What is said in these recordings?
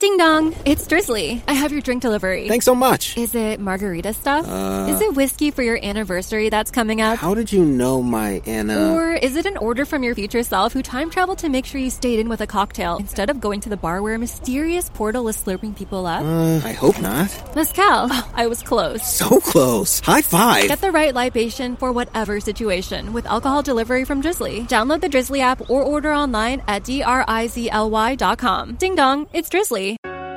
Ding dong, it's Drizzly. I have your drink delivery. Thanks so much. Is it margarita stuff? is it whiskey for your anniversary that's coming up? How did you know my Anna? Or is it an order from your future self who time traveled to make sure you stayed in with a cocktail instead of going to the bar where a mysterious portal is slurping people up? Uh, I hope not. Mezcal. Oh, I was close. So close. High five. Get the right libation for whatever situation with alcohol delivery from Drizzly. Download the Drizzly app or order online at drizly.com. Ding dong, it's Drizzly.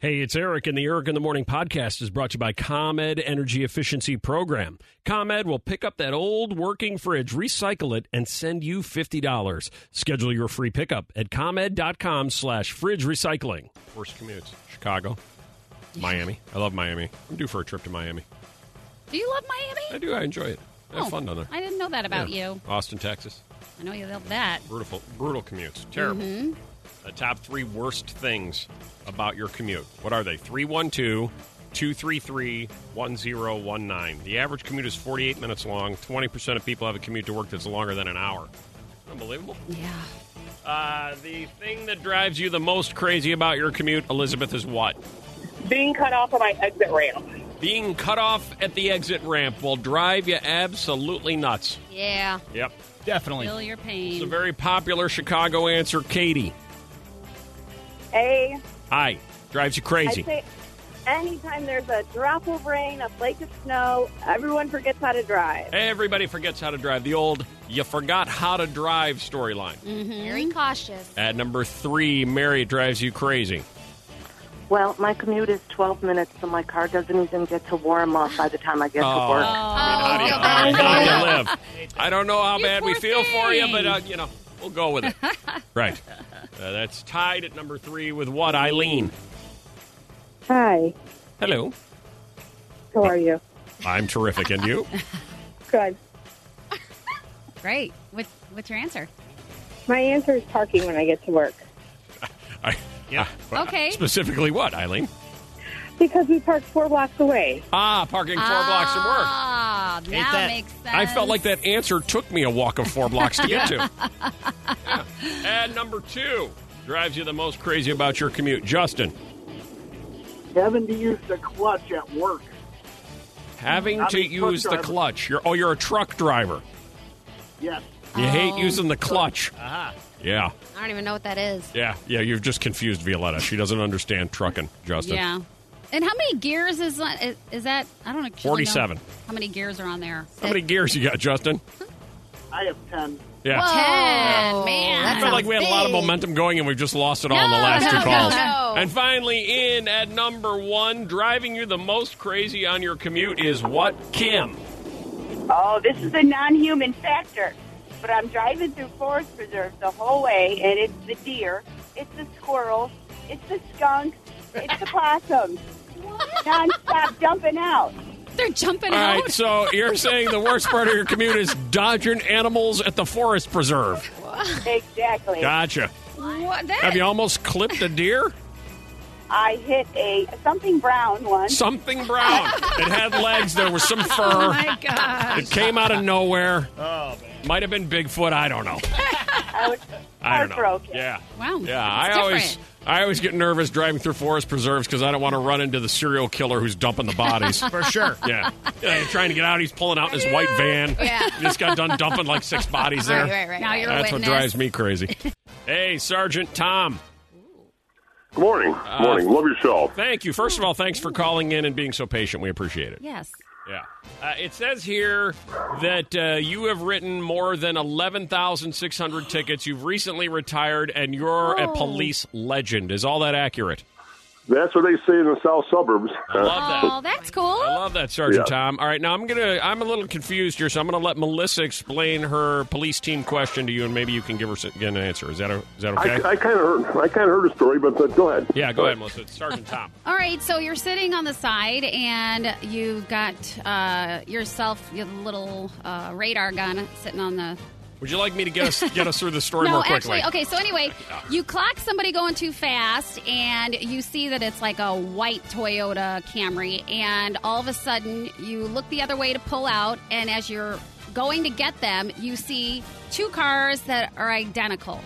Hey, it's Eric, and the Eric in the Morning podcast is brought to you by ComEd Energy Efficiency Program. ComEd will pick up that old working fridge, recycle it, and send you $50. Schedule your free pickup at ComEd.com slash fridge recycling. Worst commutes, Chicago, Miami. I love Miami. I'm due for a trip to Miami. Do you love Miami? I do. I enjoy it. I have Oh, fun down there. I didn't know that about Yeah. you. Austin, Texas. I know you love that. Brutal, brutal commutes. Terrible. The top three worst things about your commute. What are they? 312 233 1019. The average commute is 48 minutes long. 20% of people have a commute to work that's longer than an hour. Unbelievable. Yeah. Uh, the thing that drives you the most crazy about your commute, Elizabeth, is what? being cut off on my exit ramp. Being cut off at the exit ramp will drive you absolutely nuts. Yeah. Yep. Definitely. Feel your pain. It's a very popular Chicago answer, Katie. A, Hi. Drives you I crazy. say anytime there's a drop of rain, a flake of snow, everyone forgets how to drive. Everybody forgets how to drive. The old you forgot how to drive storyline. Mm-hmm. Very cautious. At number three, Mary drives you crazy. Well, my commute is 12 minutes, so my car doesn't even get to warm up by the time I get Oh. to work. How do you, Oh, how do you- how do you live? I don't know how You bad we poor feel for you, thing. but uh, you know, we'll go with it. right. Uh, that's tied at number three with what, Eileen? Hi, Hello. how are you? I'm terrific. And you? Good. Great. What, what's your answer? My answer is parking when I get to work I, yeah. Okay. Specifically what, Eileen? because we parked four blocks away. Ah, parking four blocks from work. Ah, now that. makes sense. I felt like that answer took me a walk of four blocks to get to. Yeah. And number two drives you the most crazy about your commute. Justin, Having to use the clutch at work. having I'm to a truck use the driver. clutch. You're, oh, you're a truck driver. Yes. You Oh. hate using the clutch. Uh-huh. Aha. Yeah, I don't even know what that is. yeah, yeah. You've just confused Violetta. She doesn't understand trucking, Justin. Yeah. And how many gears is on- is, is that? I don't actually know. 47. How many gears are on there? How many gears you got, Justin? I have 10. Yeah. Whoa, Ten. man. That I felt like we had a lot of momentum going and we've just lost it all in the No, last two no, calls. no, no. And finally, in at number one, driving you the most crazy on your commute is what, Kim? Oh, this is a non-human factor. But I'm driving through forest preserves the whole way, and it's the deer, it's the squirrels, it's the skunks, it's the possums. Non-stop jumping out. They're jumping All out. right, so you're saying the worst part of your commute is dodging animals at the forest preserve. Exactly. Gotcha. What? That, Have you almost clipped a deer? I hit a something brown one. Something brown. It had legs. There was some oh fur. my gosh. It came out of nowhere. Oh man. Might have been Bigfoot. I don't know. I was I don't know. heartbroken. Yeah. Wow. Yeah. That's I different. always. I always get nervous driving through forest preserves because I don't want to run into the serial killer who's dumping the bodies. For sure. Yeah. yeah, you're trying to get out. He's pulling out in his white van. Yeah. He just got done dumping like six bodies there. Now you're a That's witness. what drives me crazy. hey, Sergeant Tom. Good morning. Uh, Good morning. Love your show. Thank you. First of all, thanks for calling in and being so patient. We appreciate it. Yes. Yeah. Uh, it says here that uh, you have written more than 11,600 Oh. tickets. You've recently retired and you're a police legend. Is all that accurate? That's what they say in the south suburbs. I love Oh, that's cool. I love that, Sergeant Yeah. Tom. All right, now I'm gonna I'm a little confused here, so I'm gonna let Melissa explain her police team question to you, and maybe you can give her s- get an answer. Is that a, is that okay? I, I kind of heard, I kind of heard a story, but, but go ahead. yeah, go ahead, Melissa. It's Sergeant Tom. All right, so you're sitting on the side and you've got uh, yourself your little uh, radar gun sitting on the. Would you like me to get us get us through the story no, more quickly? actually, okay. So anyway, you clock somebody going too fast, and you see that it's like a white Toyota Camry, and all of a sudden you look the other way to pull out, and as you're going to get them, you see two cars that are identical.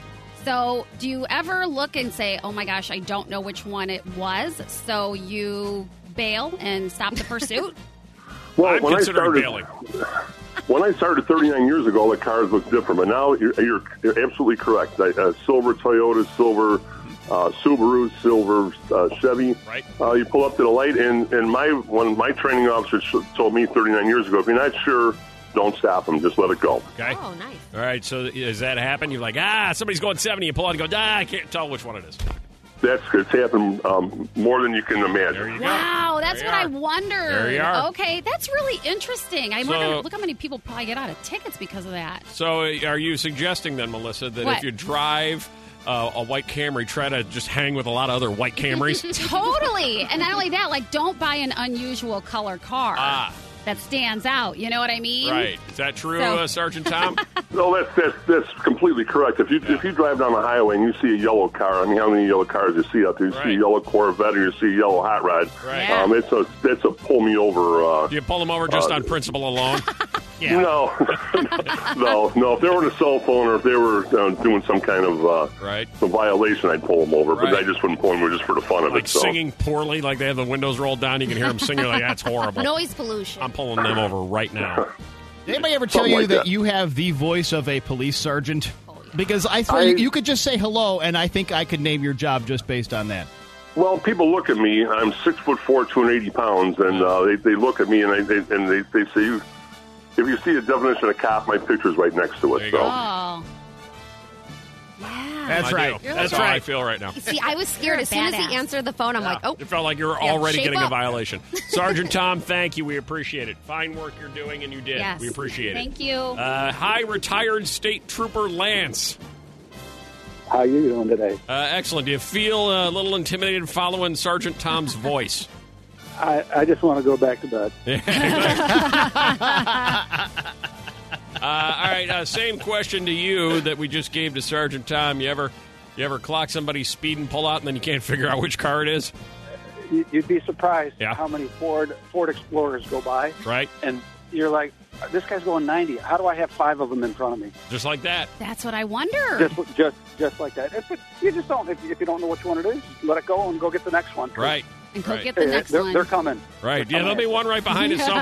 So, do you ever look and say, "Oh my gosh, I don't know which one it was"? So you bail and stop the pursuit. Well, I'm when I considering started, bailing. When I started 39 years ago, the cars looked different, but now you're, you're, you're absolutely correct. I, uh, silver Toyota, silver uh, Subaru, silver uh, Chevy. Right. Uh, you pull up to the light, and, and my one my training officer sh- told me 39 years ago, if you're not sure, don't stop them. Just let it go. Okay. Oh, nice. All right. So has that happened? You're like, ah, somebody's going 70. You pull out and go, ah, I can't tell which one it is. That's it's happened um, more than you can There imagine. you Wow, that's There what you I are. wondered. There you are. Okay, that's really interesting. I So- wonder, look how many people probably get out of tickets because of that. go. So uh, are you suggesting then, Melissa, that if What? you drive uh, a white Camry, try to just hang with a lot of other white Camrys? totally. And not only that, like, don't buy an unusual color car Ah. that stands out. You know what I mean? right. Is that true, So- uh, Sergeant Tom? No, that's, that's that's completely correct. If you if you drive down the highway and you see a yellow car, I mean, how many yellow cars you see out there? You see Right. a yellow Corvette or you see a yellow hot rod. Right. Um, it's a it's a pull me over. Uh, Do you pull them over just on principle alone? No, no, no. If they were on a cell phone or if they were uh, doing some kind of uh, Right. some violation, I'd pull them over. Right. But I just wouldn't pull them over just for the fun of Like it. So. singing poorly, like they have the windows rolled down. You can hear them singing. Like that's horrible. Noise pollution. I'm pulling them over right now. Did anybody ever tell Something you like that, that. you have the voice of a police sergeant? Because I thought I- you, you could just say hello, and I think I could name your job just based on that. Well, people look at me. I'm six foot four, two hundred eighty pounds, and uh, they, they look at me and they, they and they, they say, "You- "If you see a definition of cop, my picture's right next to it." There you so. go. Oh. Yeah. That's I right. do. You're That's like how a- I feel right now. See, I was You're scared a as soon as badass. he answered the phone. I'm like, oh, It felt like you were Yeah, already shape getting a up. violation. Sergeant Tom, thank you. We appreciate it. Fine work you're doing, and you did. Yes. We appreciate it. Thank you. Uh, hi, retired State Trooper Lance. How you doing today? Uh, excellent. Do you feel uh, a little intimidated following Sergeant Tom's voice? I, I just want to go back to bed. Uh, all right. Uh, same question to you that we just gave to Sergeant Tom. You ever, you ever clock somebody speeding, pull out, and then you can't figure out which car it is? You- You'd be surprised Yeah. how many Ford Ford Explorers go by, Right. and you're like, "This guy's going 90. How do I have five of them in front of me?" Just like that. That's what I wonder. Just, just, just like that. It's, but you just don't. If, if you don't know which one it is, let it go and go get the next one. Right. And go Right. get Hey, the next they're, one. they're coming. Right. Yeah, there'll be one right behind it somewhere.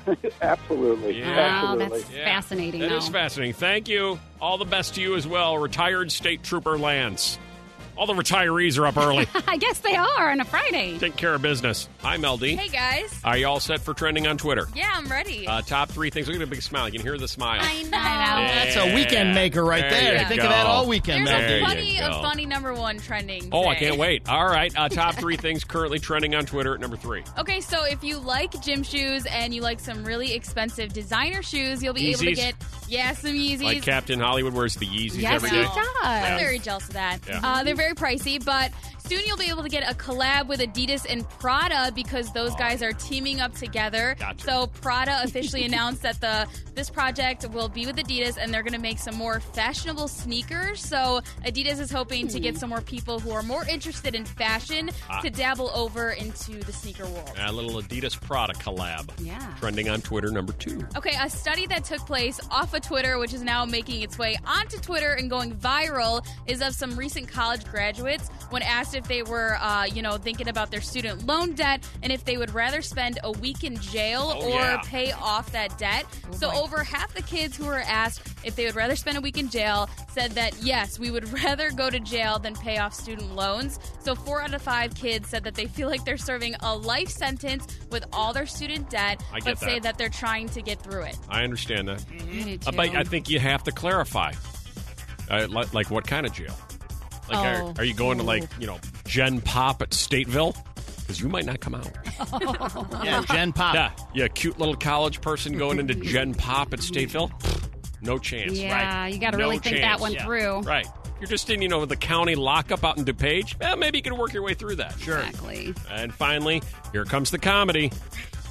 Right. Absolutely. Yeah. Wow, Absolutely. that's fascinating, That though. is fascinating. Thank you. All the best to you as well, retired State Trooper Lance. All the retirees are up early. I guess they are on a Friday. Take care of business. I'm LD. hey, guys. Are you all set for trending on Twitter? Yeah, I'm ready. Uh, top three things. Look at the big smile. You can hear the smile. I know. I know. That's a weekend maker right There there. you I think go. of that all weekend. There's man. There a you funny, go. a funny number one trending. Oh, I today. can't wait. All right. Uh, top three things currently trending on Twitter at number three. Okay, so if you like gym shoes and you like some really expensive designer shoes, you'll be able Yeezys? to get yeah some Yeezys. Like Captain Hollywood wears the Yeezys Yes, every he day. does. I'm very jealous of that. Yeah. Uh, they're very pricey, but soon you'll be able to get a collab with Adidas and Prada because those guys are teaming up together. Gotcha. So Prada officially announced that the this project will be with Adidas, and they're going to make some more fashionable sneakers. So Adidas is hoping to get some more people who are more interested in fashion Ah. to dabble over into the sneaker world. A little Adidas Prada collab. Yeah. Trending on Twitter number two. Okay, a study that took place off of Twitter, which is now making its way onto Twitter and going viral, is of some recent college graduates when asked if they were, uh, you know, thinking about their student loan debt and if they would rather spend a week in jail Oh, or yeah. pay off that debt. Oh so over half the kids who were asked if they would rather spend a week in jail said that yes, we would rather go to jail than pay off student loans. So four out of five kids said that they feel like they're serving a life sentence with all their student debt, I get but say that. that they're trying to get through it. I understand that. Me Uh, too. But I think you have to clarify, uh, li- like what kind of jail. Like, Oh. are, are you going to like you know Gen Pop at Stateville because you might not come out. Yeah, Gen Pop. Yeah, yeah, cute little college person going into Gen Pop at Stateville. Pfft, No chance. Yeah, right. you got to No really think that chance. one through. Right. You're just in, you know, the county lockup out in DuPage. Eh, maybe you can work your way through that. Sure. Exactly. And finally, here comes the comedy.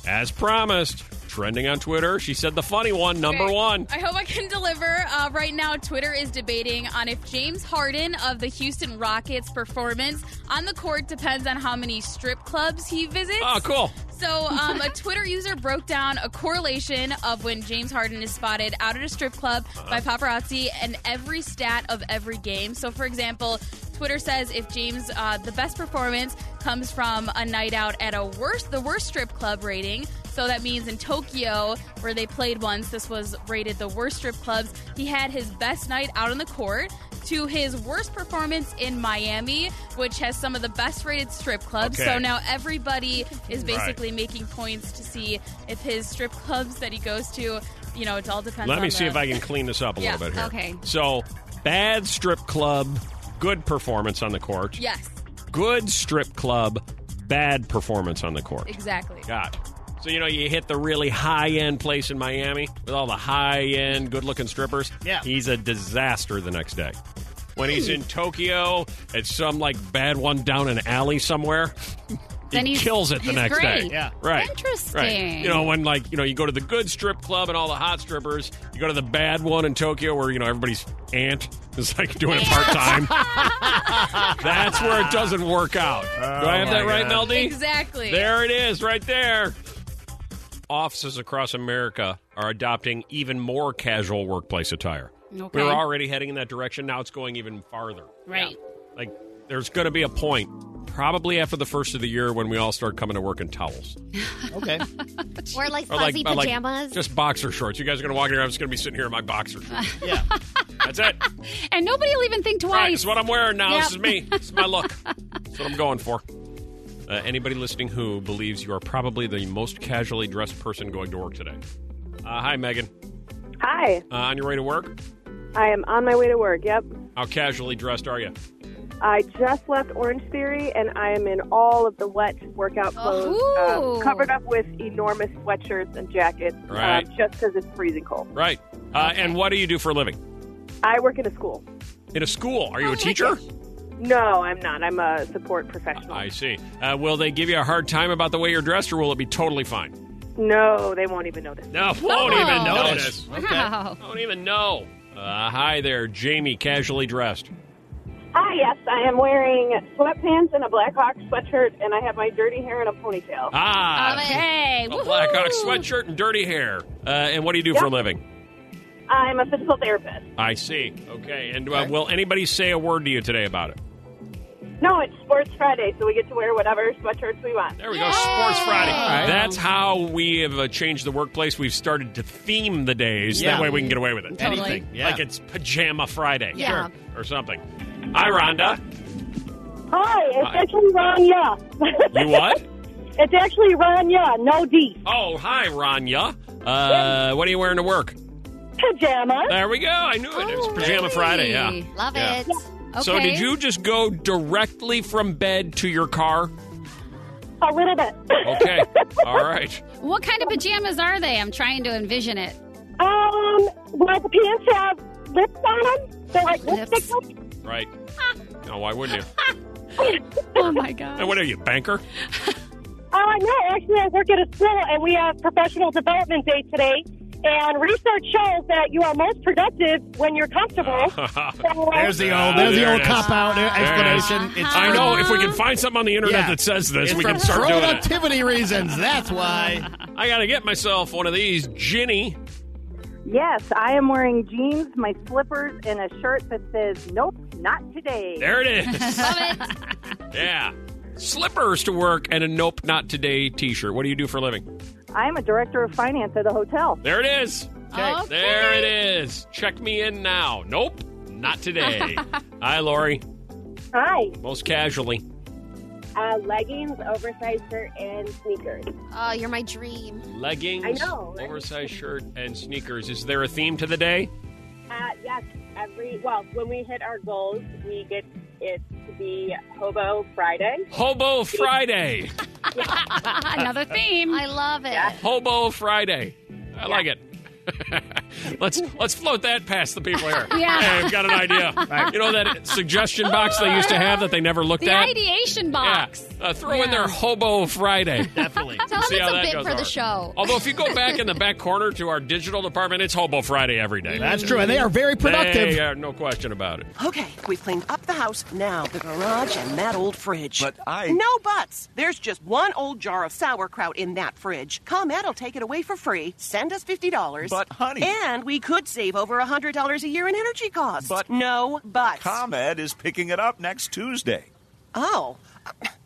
As promised, trending on Twitter. She said the funny one, number Okay. one. I hope I can deliver. Uh, right now, Twitter is debating on if James Harden of the Houston Rockets' performance on the court depends on how many strip clubs he visits. Oh, cool. So, um, a Twitter user broke down a correlation of when James Harden is spotted out at a strip club by paparazzi and every stat of every game. So, for example, Twitter says if James uh, the best performance comes from a night out at a worst the worst strip club rating. So that means in Tokyo, where they played once, this was rated the worst strip clubs. He had his best night out on the court to his worst performance in Miami, which has some of the best rated strip clubs. Okay. So now everybody is Right. basically making points to see if his strip clubs that he goes to, you know, it all depends. Let on me see the- if I can clean this up a Yeah, little bit here. okay. So, bad strip club, good performance on the court. Yes, Good strip club, bad performance on the court. exactly. Got it. So, you know, you hit the really high end place in Miami with all the high end, good looking strippers. Yeah. He's a disaster the next day. When he's in Tokyo at some like bad one down an alley somewhere, Then he he's- kills it the he's next day. great. Yeah. Right. Interesting. Right. You know, when like, you know, you go to the good strip club and all the hot strippers, you go to the bad one in Tokyo where, you know, everybody's aunt is like doing it part time. That's where it doesn't work out. Do I have my that right, God. Melody? Exactly. There it is, right there. Offices across America are adopting even more casual workplace attire. Okay. We were already heading in that direction. Now it's going even farther. Right. Like, there's going to be a point, probably after the first of the year, when we all start coming to work in towels. Okay. Or like Or fuzzy or pajamas. just boxer shorts. You guys are going to walk in here. I'm just going to be sitting here in my boxer shorts. Yeah. That's it. And nobody will even think twice. Right, this is what I'm wearing now. Yep. This is me. This is my look. That's what I'm going for. Uh, anybody listening who believes you are probably the most casually dressed person going to work today. Uh, hi, Megan. Hi, Uh, on your way to work, I am on my way to work. Yep. how casually dressed are you? I just left Orange Theory and I am in all of the wet workout clothes, Oh, um, covered up with enormous sweatshirts and jackets Right. um, just because it's freezing cold. Right. Uh, And what do you do for a living? I work in a school. In a school? Are you a teacher? No, I'm not. I'm a support professional. I see. Uh, will they give you a hard time about the way you're dressed, or will it be totally fine? No, they won't even notice. No, won't even notice. Wow. Don't even know. Uh, hi there, Jamie. Casually dressed. Hi, Ah, yes, I am wearing sweatpants and a Blackhawk sweatshirt, and I have my dirty hair in a ponytail. Ah, hey, a Blackhawk sweatshirt and dirty hair. Uh, and what do you do for a living? I'm a physical therapist. I see. Okay. And uh, will anybody say a word to you today about it? No, it's Sports Friday, so we get to wear whatever sweatshirts we want. There we go, Sports Friday. That's how we have uh, changed the workplace. We've started to theme the days. Yeah. That way we can get away with it. Totally. Anything, yeah. Like it's Pajama Friday. Yeah. Sure. Or something. Hi, Rhonda. Hi, it's actually Rania. You what? it's actually Rania, no D. Oh, hi, Rania. Uh, what are you wearing to work? Pajamas. There we go. I knew it. It was Pajama Friday. Yeah. Love Yeah. it. So did you just go directly from bed to your car? A little bit. Okay. All right. What kind of pajamas are they? I'm trying to envision it. Um, well, the pants have lips on them. They're like lipstick lips. Right. No, why wouldn't you? Oh, my God. And what are you, banker? Uh, no, actually, I work at a school, and we have Professional Development Day today. And research shows that you are most productive when you're comfortable. So, uh, There's the Ah, old, there's the there old it is. cop out There it is. explanation. It's I for- know. If we can find something on the internet Yeah. that says this, It's we can for start doing it. productivity reasons. That's why. I gotta get myself one of these, Ginny. um, Yes, I am wearing jeans, my slippers, and a shirt that says, Nope, not today. There it is. Yeah, slippers to work and a nope, not today T-shirt. What do you do for a living? I am a director of finance at a hotel. There it is. Okay. There it is. Check me in now. Nope, not today. Hi, Lori. Hi. Most casually. Uh, leggings, oversized shirt, and sneakers. Oh, Ah, you're my dream. Leggings, I know, right? oversized shirt, and sneakers. Is there a theme to the day? Uh, yes, every well, when we hit our goals, we get it's the Hobo Friday. Hobo Friday. Another theme. I love it. Hobo Friday. I like it. let's let's float that past the people here. Yeah. Hey, I've got an idea. Right. You know that suggestion box they used to have that they never looked The at? ideation Yeah. box. Uh, throw in their Hobo Friday. Definitely. Tell them See it's how a that bit goes for over. the show. Although if you go back in the back corner to our digital department, it's Hobo Friday every day. That's true, and they are very productive. They are, no question about it. Okay, we've cleaned up the house, now the garage and that old fridge. But I- No buts! There's just one old jar of sauerkraut in that fridge. ComEd will take it away for free. Send us $50. But, honey- And we could save over $100 a year in energy costs. But. No buts. ComEd is picking it up next Tuesday. oh.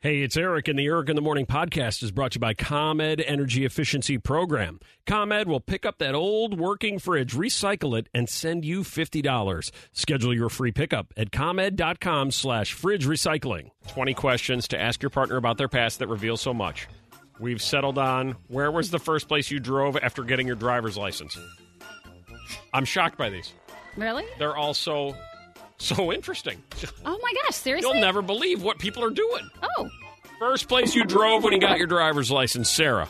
Hey, it's Eric, and the Eric in the Morning podcast is brought to you by ComEd Energy Efficiency Program. ComEd will pick up that old working fridge, recycle it, and send you $50. Schedule your free pickup at ComEd.com slash fridge recycling. 20 questions to ask your partner about their past that reveal so much. We've settled on where was the first place you drove after getting your driver's license? I'm shocked by these. Really? They're all so, so interesting. Oh my gosh, seriously? You'll never believe what people are doing. Oh. First place you drove when you got your driver's license, Sarah.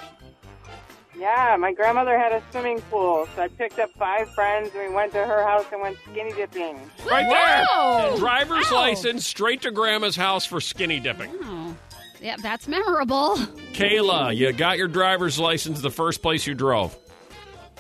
Yeah, my grandmother had a swimming pool, so I picked up five friends and we went to her house and went skinny dipping. Right Wow. there. Driver's Wow. license straight to grandma's house for skinny dipping. Oh. Yeah, that's memorable. Kayla, you got your driver's license the first place you drove.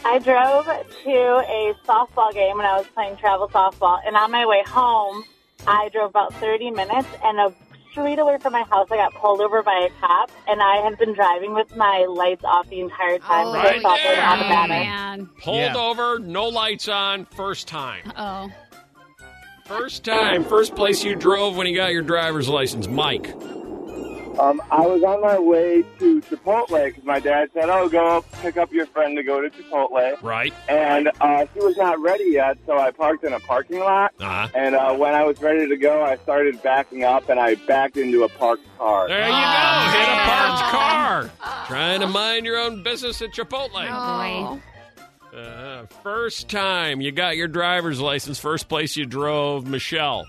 I drove to a softball game when I was playing travel softball, and on my way home, I drove about 30 minutes, and a street away from my house, I got pulled over by a cop, and I had been driving with my lights off the entire time. so I Right thought they were there. automatic. Pulled Yeah. over, no lights on, first time. Oh. First time, first place you drove when you got your driver's license, Mike. Um, I was on my way to Chipotle because my dad said, "Oh, go up, pick up your friend to go to Chipotle." Right. And uh, she was not ready yet, so I parked in a parking lot. Uh-huh. And uh, when I was ready to go, I started backing up, and I backed into a parked car. There Oh, you go, hit a parked car. Trying to mind your own business at Chipotle. Oh, boy. Uh, first time you got your driver's license, first place you drove, Michelle.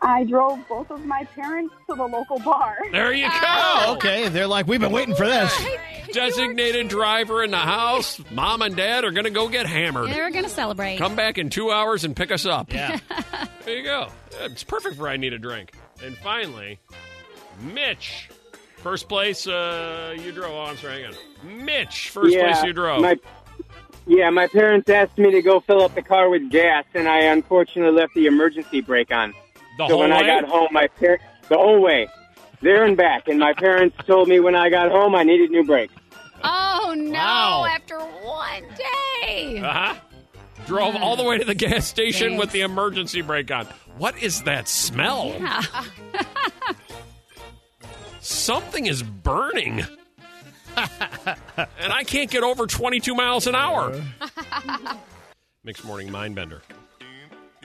I drove both of my parents to the local bar. There you Oh, go. okay, they're like, we've been waiting for this. Designated driver in the house. Mom and dad are going to go get hammered. They're going to celebrate. Come back in two hours and pick us up. Yeah. there you go. It's perfect for I need a drink. And finally, Mitch. First place uh, you drove. Oh, I'm sorry. Hang on. Mitch, first Yeah, place you drove. My, yeah, my parents asked me to go fill up the car with gas, and I unfortunately left the emergency brake on. The so whole when way? I got home, my par- the whole way, there and back, and my parents told me when I got home I needed new brakes. Oh, no. Wow. After one day. Uh-huh. Drove all the way to the gas station Thanks. with the emergency brake on. What is that smell? Yeah. Something is burning. and I can't get over 22 miles an hour. Mixed morning mind bender.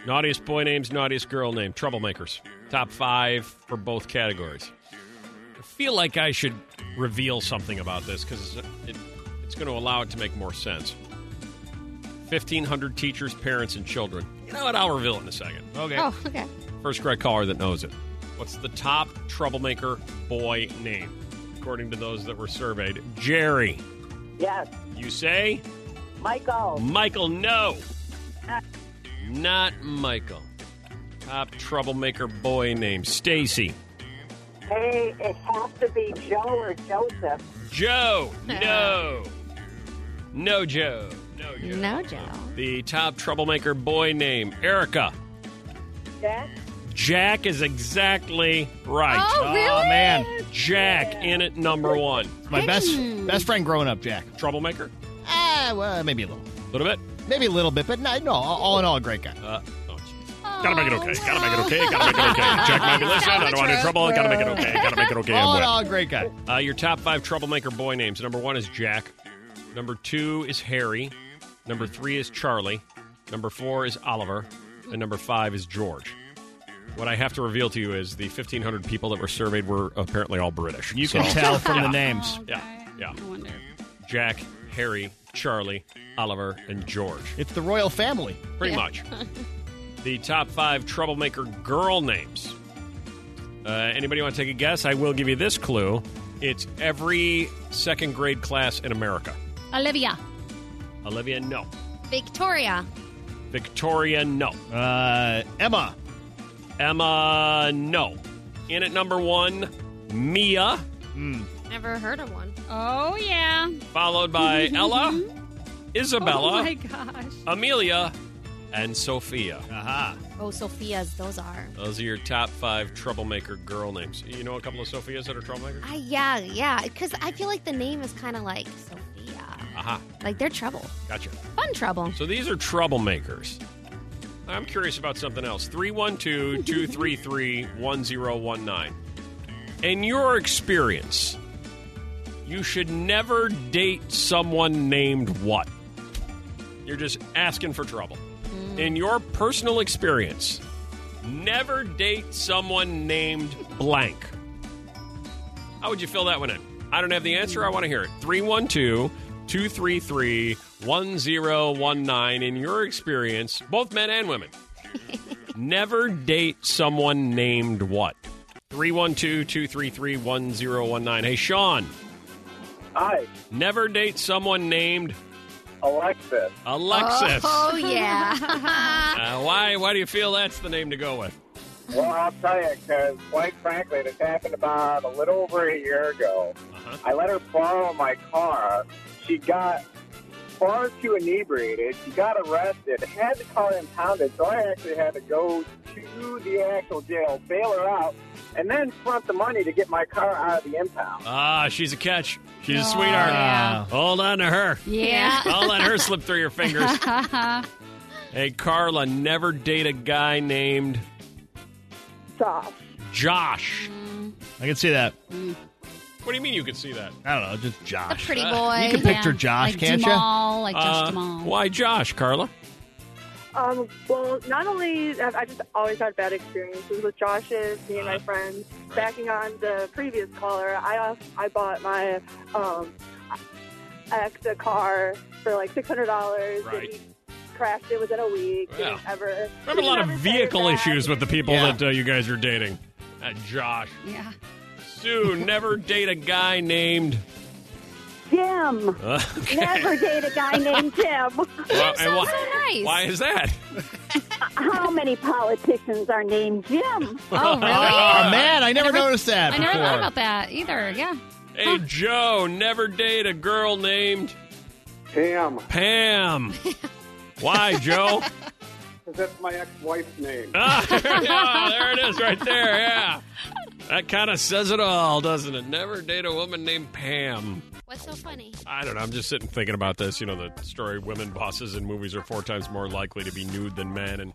Naughtiest boy names, naughtiest girl name, troublemakers. Top five for both categories. I feel like I should reveal something about this because it, it's going to allow it to make more sense. 1,500 teachers, parents, and children. You know what? I'll reveal it in a second. Okay. Oh, okay. First correct caller that knows it. What's the top troublemaker boy name? According to those that were surveyed, Jerry. Yes, You say Michael. Michael, no. Not Michael. Top troublemaker boy name, Stacy. Hey, it has to be Joe or Joseph. Joe, no. No Joe. No Joe. No, Joe. The top troublemaker boy name, Erica. Jack? Jack is exactly right. Oh, Oh, really? man. Jack in at number one. My best best friend growing up, Jack. Troublemaker? Ah, well, maybe a little. A little bit? Maybe a little bit, but no, no all all in all, a great guy. Uh, oh, jeez. Gotta make it okay. Gotta make it okay. Gotta make it okay. Jack might be listening. I don't want any trouble. Gotta make it okay. Gotta make it okay. I'm All in wet. all, great guy. Uh, your top five troublemaker boy names. Number one is Jack. Number two is Harry. Number three is Charlie. Number four is Oliver. And number five is George. What I have to reveal to you is the 1,500 people that were surveyed were apparently all British. You can So- tell from Yeah. the names. Yeah, yeah. Jack, Harry, Charlie, Oliver, and George. It's the royal family. Pretty much. The top five troublemaker girl names. Uh, anybody want to take a guess? I will give you this clue. It's every second grade class in America. Olivia, Olivia, no. Victoria, Victoria, no. Uh, Emma. Emma, no. In at number one, Mia, never heard of one. Oh yeah. followed by Ella, Isabella, Oh my gosh. Amelia, and Sophia. Aha. Oh, Sophia's. Those are. Those are your top five troublemaker girl names. You know a couple of Sophias that are troublemakers? I yeah yeah. Because I feel like the name is kind of like Sophia. Aha. Like they're trouble. Gotcha. Fun trouble. So these are troublemakers. I'm curious about something else. 312 233 1019. In your experience, you should never date someone named what? You're just asking for trouble. Hmm. In your personal experience, never date someone named blank. How would you fill that one in? I don't have the answer. I want to hear it. 312 233 1019. In your experience, both men and women, never date someone named what? 312 233 1019. Hey, Sean, Hi, never date someone named Alexis. Alexis. Oh yeah. Uh, why, why do you feel that's the name to go with? Mm-hmm. Well, I'll tell you, because quite frankly, this happened about a little over a year ago. Uh-huh. I let her borrow my car. She got far too inebriated. She got arrested, had the car impounded, so I actually had to go to the actual jail, bail her out, and then front the money to get my car out of the impound. Ah, she's a catch. She's a sweetheart. Hold on to her. Yeah. Don't let her slip through your fingers. Hey, Carla, never date a guy named Soft. Josh. I can see that. What do you mean you could see that? I don't know, just Josh. A pretty boy. Uh, You can picture Yeah. Josh, Like can't Jamal, you? like Josh Uh, Why Josh, Carla? Um, well, not only have I just always had bad experiences with Josh's, me and my Uh-huh. friends. Backing on the previous caller, I off, I bought my um, ex a car for like six hundred dollars, and Right. he crashed it within a week. Yeah. Didn't ever. I have a lot of didn't ever say vehicle that. issues with the people Yeah. that uh, you guys are dating. Uh, Josh. Yeah. Sue, never date a guy named. Jim. Okay. Never date a guy named Jim. Well, and why, nice. why is that? How many politicians are named Jim? Oh, really? Oh, man, I never noticed that I never before. thought about that either. Yeah. Hey, Joe, never date a girl named Pam, Pam. Why, Joe? because that's my ex-wife's name. Ah, there it is, right there. Yeah, that kind of says it all, doesn't it? Never date a woman named Pam. What's so funny? I don't know. I'm just sitting thinking about this. You know, the story women bosses in movies are four times more likely to be nude than men. And,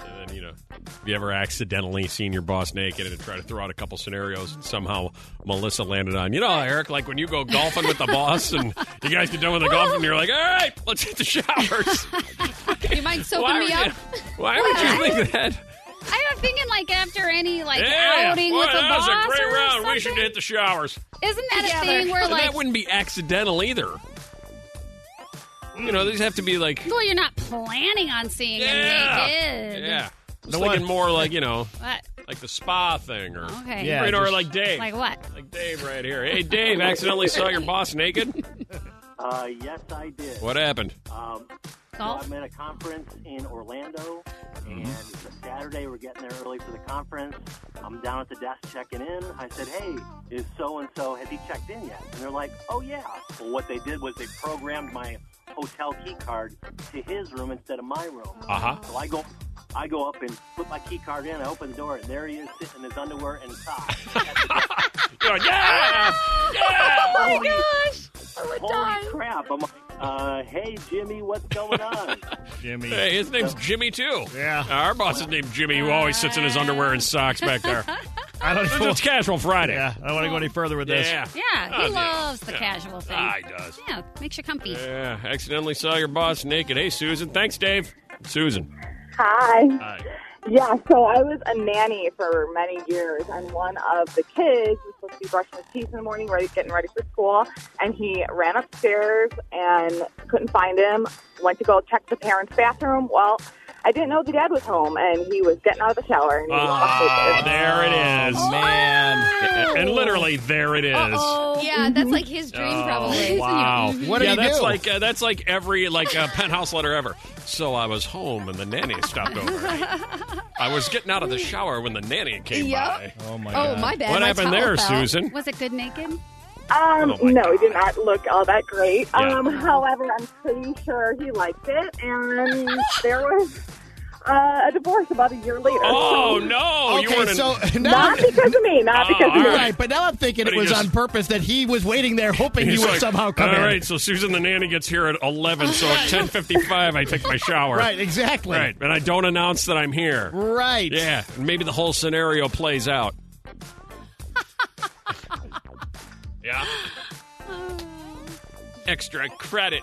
and then, you know, have you ever accidentally seen your boss naked and try to throw out a couple scenarios and somehow Melissa landed on, you know, Eric, like when you go golfing with the boss and you guys get done with the golf and you're like, all right, let's hit the showers. You mind soaking Why me would up? you- Why would you think that? I was thinking like after any like yeah, outing boy, with the that was boss a or great round. We should something. hit the showers. Isn't that a thing where And like that wouldn't be accidental either. You know, these have to be like well you're not planning on seeing him naked? yeah. I'm The thinking one- more like you know, What? like the spa thing, or Okay. Yeah, you know, or just- like Dave, Like what? Like Dave right here. Hey, Dave, accidentally saw your boss naked. Uh, yes, I did. What happened? Um, so I'm at a conference in Orlando, and it's a Saturday. We're getting there early for the conference. I'm down at the desk checking in. I said, "Hey, is so and so has he checked in yet?" And they're like, "Oh yeah." Well, what they did was they programmed my hotel key card to his room instead of my room. Uh-huh. So I go. I go up and put my key card in. I open the door, and there he is, sitting in his underwear and socks. You're like, yeah, yeah. Holy- Holy crap! I'm like, Uh, hey, Jimmy, what's going on? Jimmy. Hey, his name's Jimmy too. Yeah. Our boss is named Jimmy, who always sits in his underwear and socks back there. I don't know. It's casual Friday. Yeah. I don't want to go any further with this. Yeah. Yeah, he Oh, loves the Yeah. casual thing. Ah, he does. Yeah, makes you comfy. Yeah. Accidentally saw your boss naked. Hey, Susan. Thanks, Dave. Susan. Hi. Hi. Yeah, so I was a nanny for many years, and one of the kids was supposed to be brushing his teeth in the morning, ready, getting ready for school, and he ran upstairs and couldn't find him. Went to go check the parents' bathroom. Well, I didn't know the dad was home, and he was getting out of the Oh, shower. And he was Ah, there it is. man. And literally, there it is. Yeah, that's like his dream, probably. Oh, wow. What did yeah, he that's do? like uh, that's like every like uh, penthouse letter ever. So I was home and the nanny stopped over. I was getting out of the shower when the nanny came Yep. by. Oh my oh, my bad. What my happened towel there, fell. Susan? Was it good naked? Um, Oh my no, he did not look all that great. Yeah. Um, however, I'm pretty sure he liked it, and there was uh, a divorce about a year later. Oh no! Okay, you weren't so in- not because of me, not because of me. right, but now I'm thinking But it he was just- on purpose that he was waiting there hoping you He's would like, somehow come All in. right, so Susan the nanny gets here at eleven. So at ten fifty five, I take my shower. Right, exactly. Right, and I don't announce that I'm here. Right. Yeah, and maybe the whole scenario plays out. yeah. Extra credit.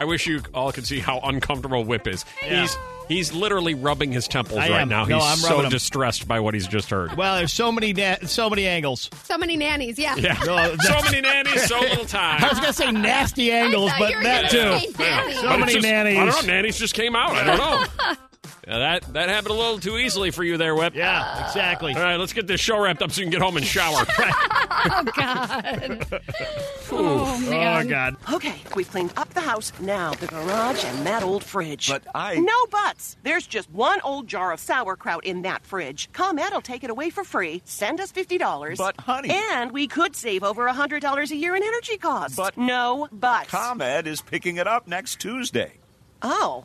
I wish you all could see how uncomfortable Whip is. Yeah. He's he's literally rubbing his temples I right am. now. No, he's I'm so rubbing 'em. distressed by what he's just heard. Well, there's so many na- so many angles. So many nannies, yeah. Yeah. No, so many nannies, so little time. I was gonna say nasty angles, but that too. So But it's many just- nannies. I don't know. Nannies just came out. I don't know. Yeah, that that happened a little too easily for you there, Whip. Yeah, exactly. All right, let's get this show wrapped up so you can get home and shower. oh God. Oh, man. Oh, God. Okay, we've cleaned up the house, now the garage and that old fridge. But I. No buts! There's just one old jar of sauerkraut in that fridge. ComEd will take it away for free. Send us $50. But, honey- And we could save over $100 a year in energy costs. But. No buts. ComEd is picking it up next Tuesday. Oh.